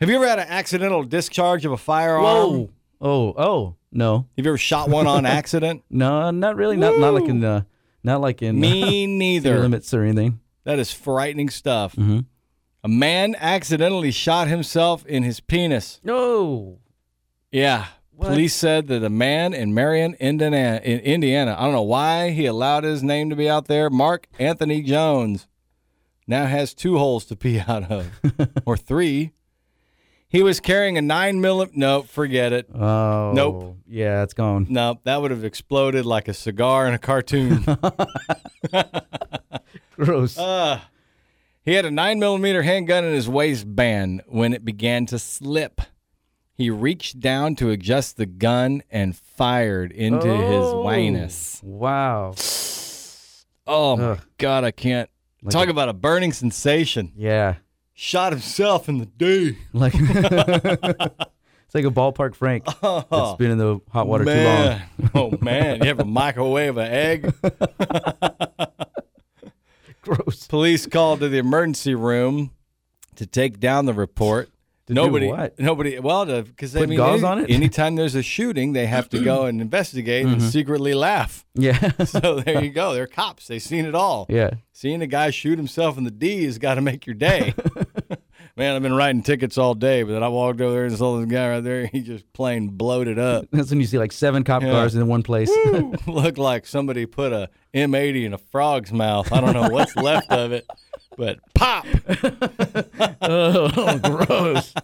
Have you ever had an accidental discharge of a firearm? Whoa. Oh, oh, no, Have you ever shot one on accident? no, not really. Not not like in the not like in uh, Me speed neither. limits or anything. That is frightening stuff. Mhm. A man accidentally shot himself in his penis. No. Yeah. What? Police said that a man in Marion, Indiana, in Indiana, I don't know why he allowed his name to be out there, Mark Anthony Jones, now has two holes to pee out of, or three. He was carrying a nine millim. Nope, forget it. Oh. Nope. Yeah, it's gone. No, that would have exploded like a cigar in a cartoon. Gross. Ugh. he had a nine millimeter handgun in his waistband when it began to slip. He reached down to adjust the gun and fired into his Oh. weenus. Wow. Oh my Ugh. god, I can't talk a- about a burning sensation. Yeah. Shot himself in the D. Like it's like a ballpark Frank Uh-huh. that's been in the hot water too long. man. oh man, you have a microwave an egg. Gross. Police called to the emergency room to take down the report. To do nobody, what? nobody. Well, because I Put mean, gauze any- on it? Mm-hmm. anytime there's a shooting, they have to go and investigate and secretly laugh. Yeah. So there you go. They're cops. They've seen it all. yeah. Seeing a guy shoot himself in the D has got to make your day. Man, I've been writing tickets all day, but then I walked over there and saw this guy right there. He just plain bloated up. That's when you see like seven cop cars in one place. Looked like somebody put a M80 in a frog's mouth. I don't know what's left of it, but pop. oh, gross.